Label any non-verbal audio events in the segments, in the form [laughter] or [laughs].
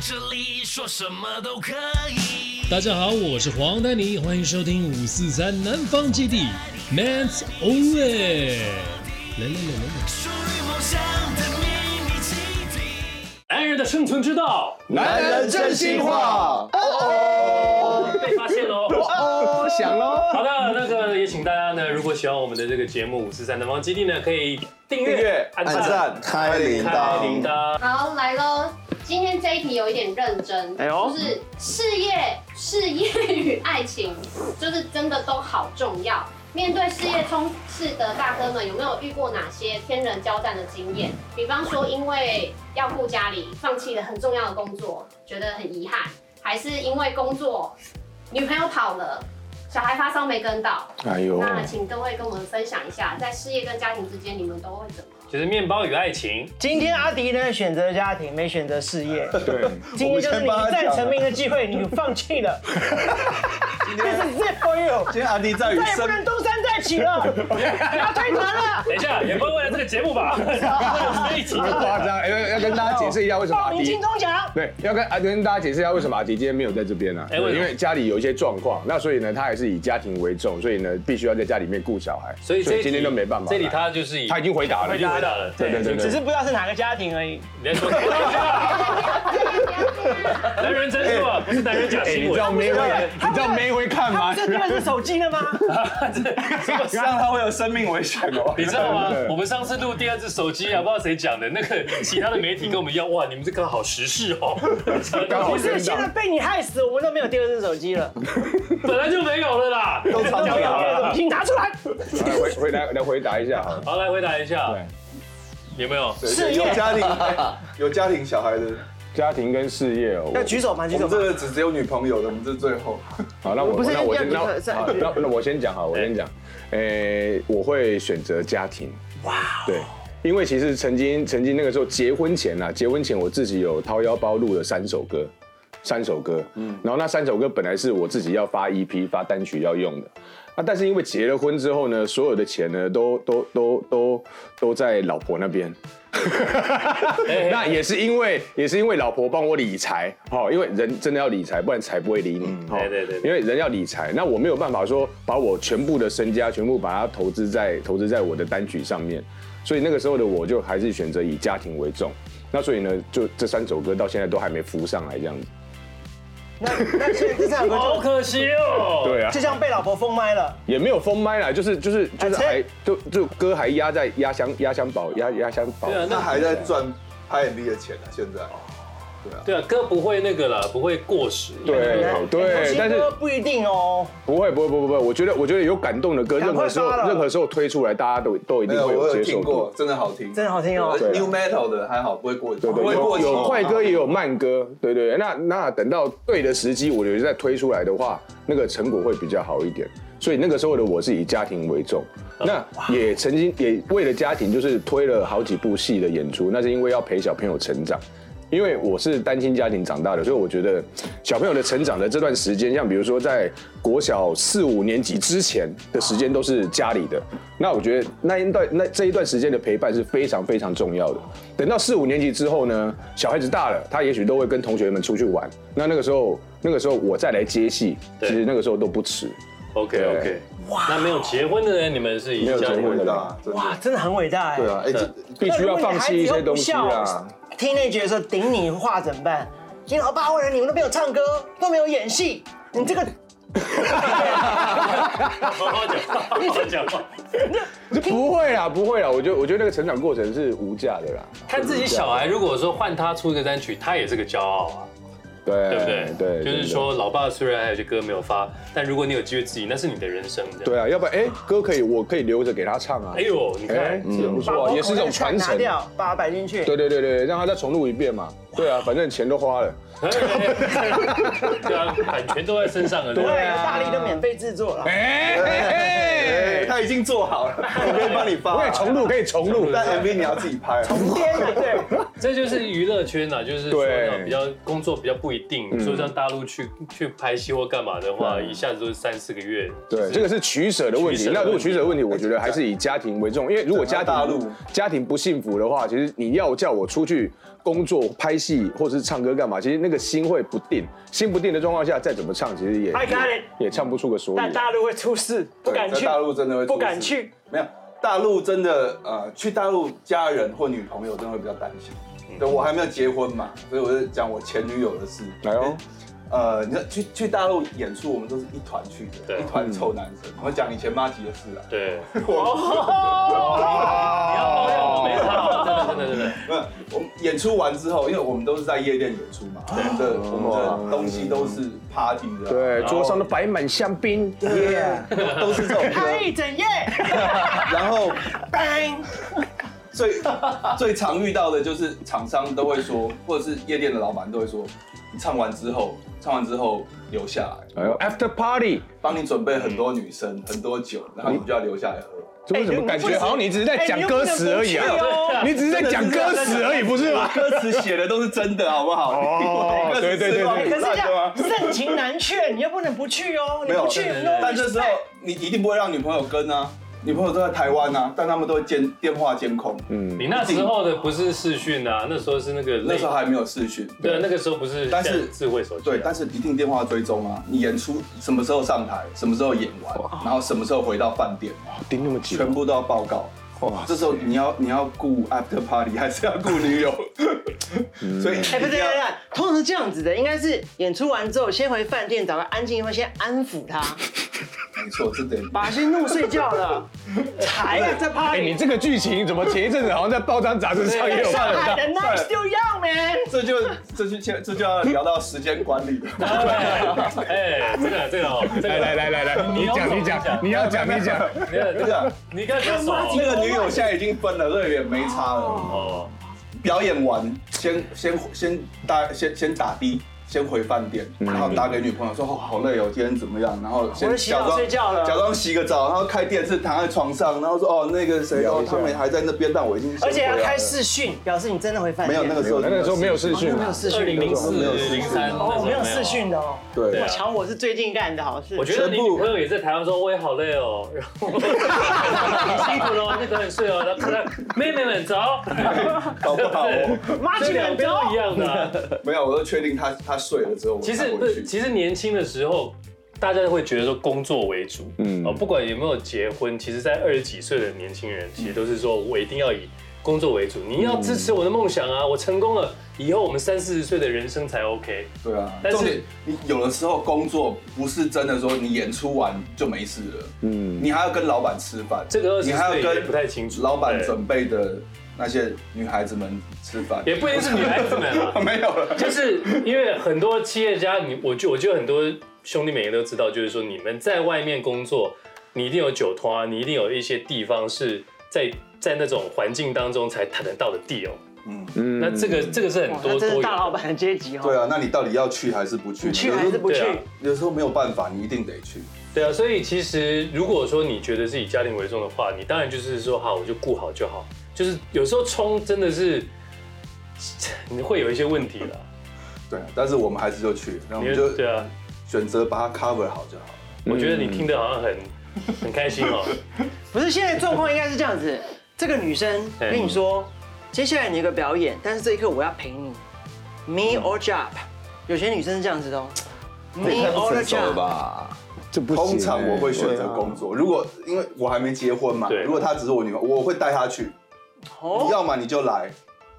这里说什么都可以。大家好，我是黄丹妮，欢迎收听五四三南方基地 Man's Only。来来来来来，属于梦想的秘密基地。男人的生存之道男人真心话，被发现 [laughs] 喽。哦哦，响喽！好的，那个也请大家呢，如果喜欢我们的这个节目《五四三南方基地》呢，可以订订阅阅、按按赞、赞、开铃开铃铛。铛。好，来喽！今天这一题有一点认真，哎呦就是事业、事业与爱情，就是真的都好重要。面对事业冲刺的大哥们，有没有遇过哪些天人交战的经验？比方说，因为要顾家里，放弃了很重要的工作，觉得很遗憾；还是因为工作，女朋友跑了，小孩发烧没跟到。哎呦那请各位跟我们分享一下，在事业跟家庭之间，你们都会怎么？就是面包与爱情，今天阿迪呢选择家庭，没选择事业。 [laughs] 对，今天就是你一战成名的机会，你放弃了。This is it for you，今天阿迪在于再也不生能哦东山再起了，你要退团了。等一下也不会为了这个节目 [laughs] 吧？这一集太夸 [laughs] 张，要要跟大家解释一下为什么报阿名迪金。钟奖，对，要跟啊跟大家解释一下为什么阿迪今天没有在这边呢、啊？哎为什么因为家里有一些状况，那所以呢，他也是以家庭为重，所以呢，必须要在家里面顾小孩，所以这一题今天都没办法来。这里他就是以他已经回答了，已经回答了，对对对只对是。不知道是哪个家庭而已。你在 [laughs] 说什么？男人真是吧，不是男人假哎新你知道闻。梅会，你他不知是道梅会看他吗不？是电视手机了吗？让他会有生命危险 [laughs] 哦。[laughs] 你知道吗对？我们上次录第二只手机啊，不知道谁讲的，那个其他的媒体跟我们要，哇，你们这个好时事哦，刚好不是，现在被你害死，我们都没有第二只手机了。本来就没有了啦，都都没有第二只手机，拿出来。来回回来来回答一下好了。好，来回答一下，有没有？事业有家庭，哎有家庭小孩的，家庭跟事业哦，要举手吗？举我手们吗这？个只只有女朋友的，我们这最后。好，那我不是那我先要那是好那那我先讲好，我先讲，诶，我会选择家庭。哇，对。因为其实曾经曾经那个时候结婚前啊，结婚前我自己有掏腰包录了三首歌，三首歌，嗯，然后那三首歌本来是我自己要发 EP 发单曲要用的，那但是因为结了婚之后呢，所有的钱呢都都都都都在老婆那边，那也是因为也是因为老婆帮我理财，哦，因为人真的要理财，不然财不会理你，哦对对对因为人要理财，那我没有办法说把我全部的身家全部把它投资在投资在我的单曲上面，所以那个时候的我就还是选择以家庭为重，那所以呢，就这三首歌到现在都还没浮上来这样子，那那所以这两个好就可惜哦。对啊就。像被老婆封麦了。也没有封麦啦，就是就是就是哎还就就歌还压在压箱压箱宝压压箱宝，对啊，那那还在赚拍 MV 的钱呢，现在。对啊，歌不会那个了，不会过时。对哦好对，但新是歌不一定哦。不会不会不会不会，我觉得我觉得有感动的歌，赶任快何时候发了任何时候推出来，大家都都一没定有，会哎我有接听受过度。，真的好听，真的好听哦对 New Metal 的还好，不会过，对不对，会过有期。有快歌也有慢歌，对对对。那那等到对的时机，我觉得再推出来的话，那个成果会比较好一点。所以那个时候的我是以家庭为重，嗯那也曾经也为了家庭就是推了好几部戏的演出，那是因为要陪小朋友成长。因为我是单亲家庭长大的，所以我觉得小朋友的成长的这段时间，像比如说在国小四五年级之前的时间都是家里的。那我觉得那一段那这一段时间的陪伴是非常非常重要的。等到四五年级之后呢，小孩子大了，他也许都会跟同学们出去玩。那那个时候，那个时候我再来接戏，对其实那个时候都不迟。 ，OK OK。哇，那没有结婚的人，你们是以没有结家婚庭为对重。啦，真的哇，真的很伟大哎。对啊，哎，这必须要放弃一些东西啊那如果你孩子又啦不。孝。听那句的时候顶你话怎么办？金老爸为了你们都没有唱歌，都没有演戏，你这个好好讲，好好讲话。 [laughs] 不会啦，不会啦，我觉得我觉得那个成长过程是无价的啦。 [laughs] 看自己小孩，如果说换他出一个单曲，他也是个骄傲啊，对对不对？哎对，就是真的说，老爸虽然还有些歌没有发，但如果你有机会自己，那是你的人生。这样。对啊，要不然哎、歌可以，我可以留着给他唱啊。哎呦，你哎看，，也不把错啊，也是一种传拿承。掉，把它摆进去。对对对对，让他再重录一遍嘛。对啊，反正钱都花了。 [laughs] 对啊，版权都在身上了。对啊啊，大力都免费制作了。哎哎 [laughs] 哎，哎，他已经 [laughs] 做好了，我可以帮你发。我也重录，可以重录。但 MV 你要自己拍。 [laughs] 天啊，对，这就是娱乐圈呐、就是说对嗯那种比较工作比较不一定，说像大陆去去拍戏或干嘛的话，一下子都是三四个月。对，这个是取舍的问取题舍。的那如果取舍的问题，问题我觉得还是以家庭为重，因为如果家整个大庭陆家庭不幸福的话，其实你要叫我出去工作、拍戏或者是唱歌干嘛，其实那个心会不定，心不定的状况下，再怎么唱，其实也 I got it 也唱不出个所以但。大陆会出事，不敢对去。在大陆真的会出事不 [laughs] 敢去。没有，大陆真的呃，去大陆家人或女朋友真的会比较担心。嗯对，我还没有结婚嘛，所以我就讲我前女友的事。哎呦，呃，你看去去大陆演出，我们都是一团去的，对一团臭男生。嗯我讲以前妈吉的事啊， [laughs] 对，哦没有啦真的真的真的，没有，我们演出完之后，因为我们都是在夜店演出嘛，我们的我们的东西都是 party 的啊，哦对，桌上都摆满香槟，哎耶！都是这 [laughs] 种歌。一整夜，然后 bang 最 [laughs] 最常遇到的就是厂商都会说，或者是夜店的老板都会说，你唱完之后，唱完之后留下来，哎呦，After Party，帮你准备很多女生、很多酒，然后你就要留下来喝。 [laughs] 这为什么感觉好像你只是在讲哎歌词而已啊你又不能不去哦？你只是在讲歌词而已，不是吗？歌词写的都是真的，好不好？哦你以为歌词是 [laughs] 乱可是这乱的吗啊样盛情难却，你又不能不去哦，你没有不去，对对 no 但这时候 respect 你一定不会让女朋友跟啊，女朋友都在台湾啊，但他们都会监电话监控。嗯，你那时候的不是视讯啊，那时候是那个那时候还没有视讯。对，那个时候不是但是智慧手机啊，对，但是一定电话追踪啊，你演出什么时候上台，什么时候演完，然后什么时候回到饭店，盯那么紧，全部都要报告。哇哇，这时候你要你要顾 after party，还是要顾女友？ [laughs] 所以哎，不一定是，不要是，通常是这样子的，应该是演出完之后，先回饭店找个安静地方，先安抚 [laughs] 他，没错，这得把心怒睡觉了，才要再哎、 party。你这个剧情怎么前一阵子好像在报章杂志上也有上哎看海到？的 night still young man，这就这就这就要聊到时间管理 [laughs] 了。对，哎，这个这个哦，这个来来来来来，你讲你讲，你要讲你讲，没有，这对个啊，你看这手那个女友现在已经分了，所以也没差了。哦，表演完，先先先打先先打的，先回饭店，嗯然后打给女朋友说哦好累哦，今天怎么样？然后我先就洗澡睡觉了假装洗个澡，然后开电视躺在床上，然后说哦那个谁聊哦一下他们还在那边，但我已经先而且要回来开了视讯，表示你真的回饭没店。有那个时候那个时候没有视讯没嘛有，视二讯零的零四零三哦，没有视讯。的哦。对对我啊瞧我是最近干的好事。我觉得你女朋友也在台湾说，我也好累哦， [laughs] 然后你辛苦喽，那个很睡哦，然后看到妹妹们走，搞不好哦，妈这基两本边都都一样的啊。 [laughs] 没有，我都确定他他睡了之后，我其才实回不是，去其实年轻的时候，大家会觉得说工作为主，嗯嗯，哦，不管有没有结婚，其实在二十几岁的年轻人，其实都是说我一定要以工作为主，你要支持我的梦想啊，嗯我成功了，以后我们三四十岁的人生才 OK。对啊，但是重点你有的时候工作不是真的说你演出完就没事了，嗯，你还要跟老板吃饭，这个20你还要岁也跟不太清楚老板对准备的那些女孩子们吃饭，也不一定是女孩子们啊 [laughs] 没有 [laughs] 了，就是因为很多企业家，你我就我觉得很多兄弟每个都知道，就是说你们在外面工作，你一定有酒托啊，你一定有一些地方是在在那种环境当中才谈得到的地哦。嗯那这个这个是很哇多那多真是元大老的。板的阶级哦。对啊，那你到底要去还是不去？你去有时还候是不去对啊？有时候没有办法，你一定得去。对啊，所以其实如果说你觉得是以家庭为重的话，你当然就是说好，我就顾好就好。就是有时候冲真的是你会有一些问题啦。对啊，但是我们还是就去，然后我你们就对啊，选择把它 cover 好就好。我觉得你听得好像很很开心哦、不是，现在状况应该是这样子。这个女生对跟你说，接下来你有个表演，但是这一刻我要陪你，me 嗯 or job。有些女生是这样子的哦，me 这也太不 or 成 the 熟了 job。吧？这不哎通常我会选择工作，如果因为我还没结婚嘛对，如果她只是我女朋友，我会带她去。你哦，要么你就来，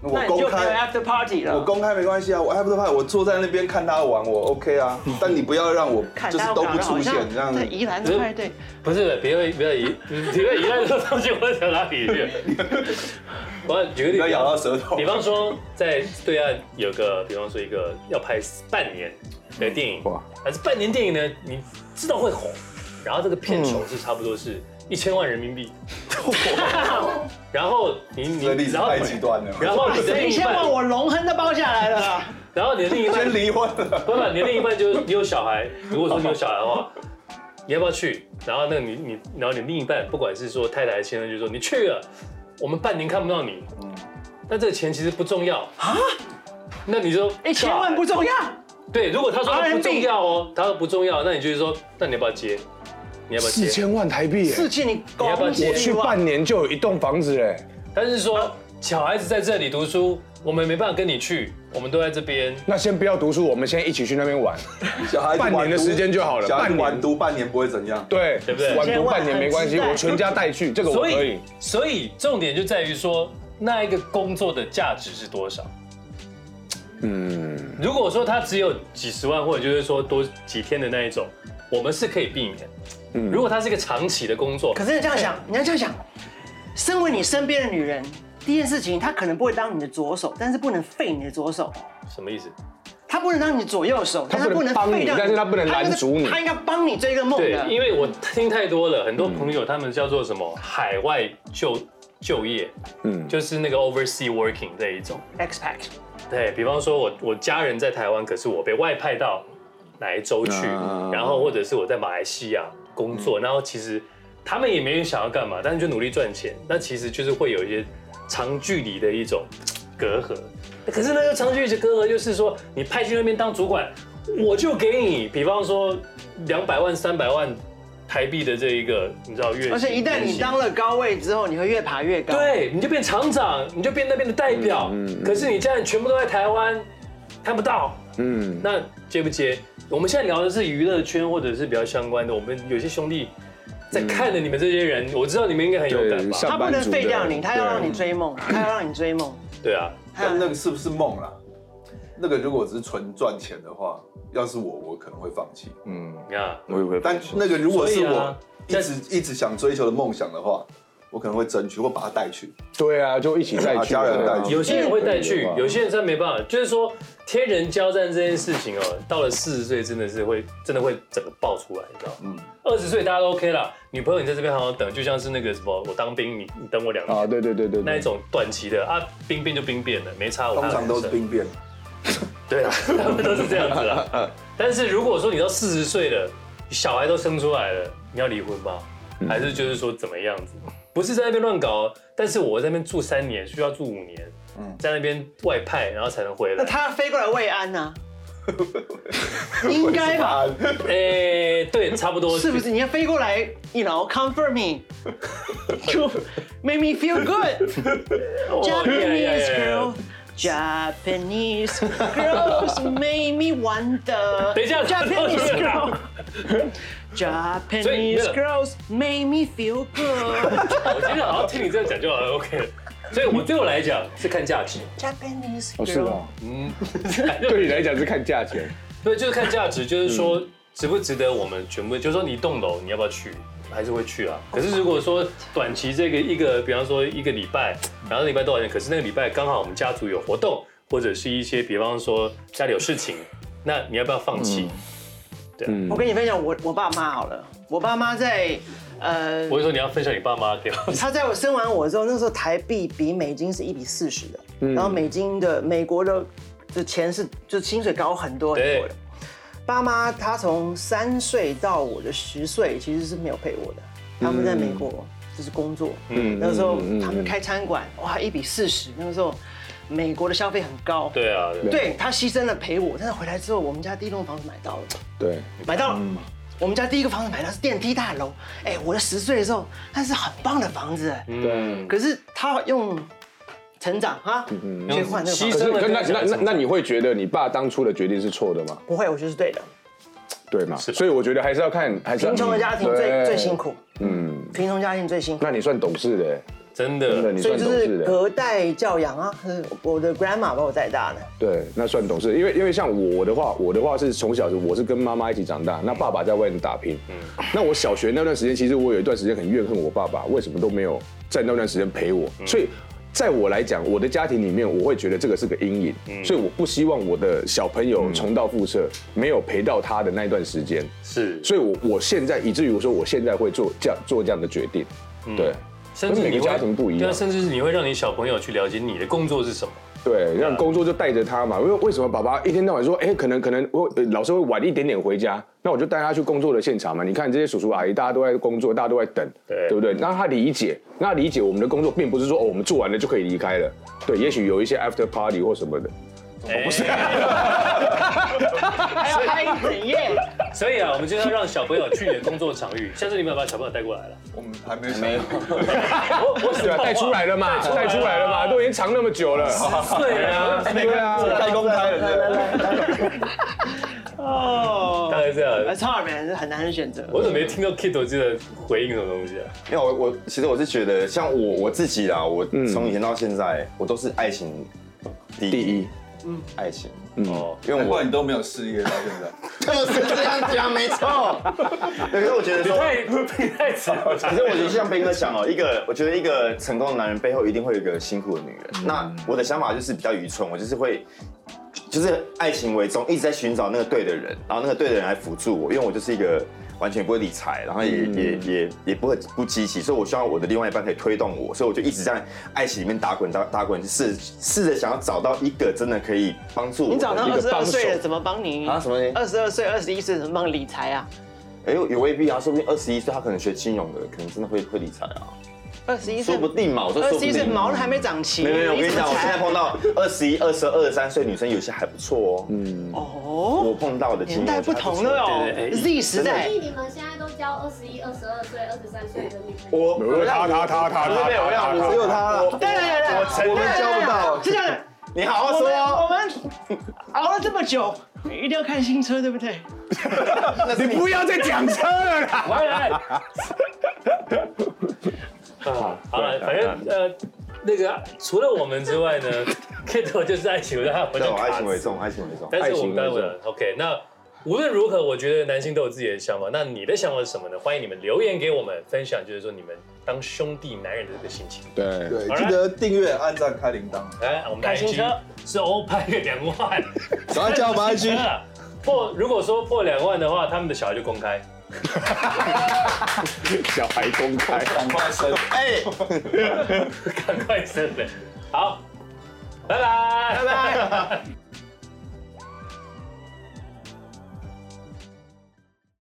我那你公就没有开， after party 我了。公开没关系啊，我 after party 我坐在那边看他玩，我 OK 啊，但你不要让我看就是大家都搞不得出好像现这样在子。宜兰的派对，不是，别别别 [laughs] 移，别移到东西我想哪里去？我举个例不子要啊，咬到舌头比。方说，在对岸有个，比方说一个要拍半年的电影，哇但是半年电影呢，你知道会红，然后这个片酬是差不多是一千万人民币， [laughs] 然后你你这个例子然后太极端了然后你的另一你哎先问半，我龙亨都包下来了 [laughs] 啦。然后你的另一半先离婚 [laughs] 不了，不，你的另一半就是你有小孩，如果说你有小孩的话，你要不要去？然后那个你你，嗯然后你另一半，不管是说太太还是先生，就说你去了，我们半年看不到你，但这个钱其实不重要啊。那你说，哎，千万不重要，对，如果他说啊 RMB 不重要哦，他说不重要，那你就是说，那你要不要接？你要不要四接？千万台币耶，哎四千你你搞要不要不啊接我去半年就有一栋房子哎嘞。但是说小孩子在这里读书，我们没办法跟你去，我们都在这边。那先不要读书，我们先一起去那边玩，小孩子半年的时间就好了小孩子半年晚读半年不会怎样。对，对不对晚读半年没关系，四千万我全家带去，这个我所可以。，所以重点就在于说，那一个工作的价值是多少？嗯，如果说他只有几十万，或者就是说多几天的那一种，我们是可以避免。嗯如果他是一个长期的工作可，是你这样想，你要这样想，身为你身边的女人，第一件事情，她可能不会当你的左手，但是不能废你的左手。什么意思？她不能当你的左右手，她但是不能帮你废掉但是她不能拦阻你她应该帮你追个梦对的，。因为我听太多了，很多朋嗯友他们叫做什么海外就就业，嗯嗯，就是那个 oversea working 这一种。 X Pack，对比方说我，我家人在台湾，可是我被外派到哪一州去，啊然后或者是我在马来西亚工作，然后其实他们也没有想要干嘛，但是就努力赚钱，那其实就是会有一些长距离的一种隔阂。可是那个长距离的隔阂就是说，你派去那边当主管，我就给你，比方说两百万、三百万台币的这一个，你知道月薪，而且一旦年你薪当了高位之后，你会越爬越高。，对，你就变厂长，你就变那边的代表。可是你家人全部都在台湾，看不到，嗯，那接不接？我们现在聊的是娱乐圈或者是比较相关的。我们有些兄弟在看着你们这些人，我知道你们应该很有感对吧？上她不能班族的废掉你，她要让对你追梦，她要让你追梦。对啊，但那个是不是梦啦？那个如果只是纯赚钱的话，要是我，我可能会放弃。嗯，你看，我也会但那个如果是所以我啊一直一直想追求的梦想的话，我可能会争取或把它带去。对啊，就一起带把去，家人带去有些人会带对去啊，有些人真没办法。就是说，天人交战这件事情哦，到了四十岁真的是会，真的会整个爆出来，你知道嗯吗？二十岁大家都 OK 啦，女朋友你在这边好好等，就像是那个什么，我当兵，你你等我两年。啊，对对对对，那一对种短期的啊，兵变就兵变了，没差我。通常都是兵变，对啊， [laughs] 他们都是这样子 [laughs] 啦。但是如果说你到四十岁了，小孩都生出来了，你要离婚吗？嗯还是就是说怎么样子？不是在那边乱搞哦，但是我在那边住三年，需要住五年，嗯在那边外派，然后才能回那 [laughs] 来。她飞过来慰 [laughs] 安呢？应该吧？哎，对，差不多是不是？你要飞过来，you know comfort me，you make me feel good。Japanese girl。Japanese girls make me wonder。等一下，Japanese 等一下 girl。所以没 Japanese 有 girls make me feel good。 [laughs] 我今天好像听你这样讲就好了，OK 了。所以我对我来讲是看价 [laughs] 值， [laughs] Japanese 哦 Oh, 是 girl。吗？ [laughs] 对你来讲是看价钱，对，就是看价值，嗯就是说值不值得我们全部，就是说你一栋楼你要不要去，还是会去啊。可是如果说短期这个一个，比方说一个礼拜，然后那礼拜多少钱？可是那个礼拜刚好我们家族有活动，或者是一些比方说家里有事情，那你要不要放嗯弃？我跟你分享我我爸妈好了，我爸妈在呃我，就说你要分享你爸妈给我，他在我生完我之后，那时候台币比美金是一比四十的，然后美金的美国的的钱是就薪水高很多很多对的。爸妈他从三岁到我的十岁其实是没有陪我的，他们在美国就是工作，嗯，那时候他们开餐馆，哇，一比四十，那个时候美国的消费很高，对啊，对他牺牲了陪我，但是回来之后，我们家第一栋房子买到了。对，买到了。嗯我们家第一个房子买到是电梯大楼，哎，我的十岁的时候，那是很棒的房子，嗯，可是他用成长啊嗯去换那个牺房子，牲了那那这个那价值那那你会觉得你爸当初的决定是错的吗？不会，我就是对的。对嘛？是所以我觉得还是要看，还是要贫穷的家庭最最嗯辛。对苦，嗯，贫穷家庭最辛苦，那你算懂事的，欸真真的的你所算以就懂事是的。欸隔代教养啊，是我的 grandma 把我带大的，对，那算懂事，因为因为像我的话，我的话是从小是我是跟妈妈一起长大，那爸爸在外面打拼。那我小学那段时间，其实我有一段时间很怨恨我爸爸，为什么都没有在那段时间陪我，所以。在我来讲，我的家庭里面，我会觉得这个是个阴影，所以我不希望我的小朋友重蹈覆辙，没有陪到他的那段时间，是，所以我我现在以至于我说我现在会做这样做这样的决定，对，甚至每你个会家庭不一样对啊，甚至是你会让你小朋友去了解你的工作是什么，对，让工作就带着他嘛。因为为什么爸爸一天到晚说，哎、可能可能我、呃老师会晚一点点回家，那我就带他去工作的现场嘛。你看这些叔叔阿姨，大家都在工作，大家都在等，对对不对？让他理解，让他理解我们的工作并不是说哦，我们做完了就可以离开了。对，也许有一些 after party 或什么的。不是。还要拍一整夜，所以啊，我们就要让小朋友去你的工作场域。下次你们要把小朋友带过来了。我们还没没有，我我对 [laughs] 啊，带出来了嘛，带出来了嘛，都已经藏那么久 [laughs] 了。对啊，对啊，该公开了，对不对哦大，概这呃样。 ，Top 是很难的选择。我怎么没听到 Kid 我记得回应什么东西啊？因为我我其实我是觉得，像我我自己啦，我从以前到现在，我都是爱情第一，嗯第一，爱情，哦，因为难我怪你都没有事业到现在。 [laughs] 就是这样讲，没 [laughs] 错。对，可是我觉得你说，太你太惨了。可是我觉得像斌哥讲哦，一个我觉得一个成功的男人背后一定会有一个辛苦的女人。嗯那我的想法就是比较愚蠢，我就是会。就是爱情为重，一直在寻找那个对的人，然后那个对的人来辅助我，因为我就是一个完全不会理财，然后也、嗯也也也不会不积极，所以我希望我的另外一半可以推动我，所以我就一直在爱情里面打滚打打滚，试试着想要找到一个真的可以帮助我的。你找到一个二十二帮手岁了，怎么帮你？啊什么东西二十二岁、二十一岁怎么帮你理财啊？哎、也未必啊，说不定二十一岁他可能学金融的，可能真的会会理财啊，二十一说岁不，定嘛。我说二说不十一定岁毛都还没长齐。没有没有，我跟你讲，我怎么现在碰到二十一、二十二、三岁女生，有些还不错哦。嗯，哦，我碰到的年代不同了哦，Z 哎时代所。以你们现在都交二十一、二十二岁、二十三岁的女朋友。我他他他他他没有，我他要他只有他了。对对对，我承认交不到是这样的。你好我好说们我哦。们 [laughs] 熬了这么久，一定要看新车，对不对？你不要再讲车了啦。回来。啊，好了，反正呃，那个除了我们之外呢，Kid 就是爱情，让他回对，到我爱情为重，爱情为重。但是爱我们情待会为儿 OK，那无论如何，我觉得男性都有自己的想法。那你的想法是什么呢？欢迎你们留言给我们分享，就是说你们当兄弟男人的这个心情。对， [laughs] 对，记得订阅、按赞、开铃铛。来，我们的开新 IG 车是欧派的两万，赶快加我们真 IG，的 [laughs] 破如果说破两万的话，他们的小孩就公开。 [laughs] 小孩公开。赶快升。哎，赶快生了。好，拜拜，拜拜。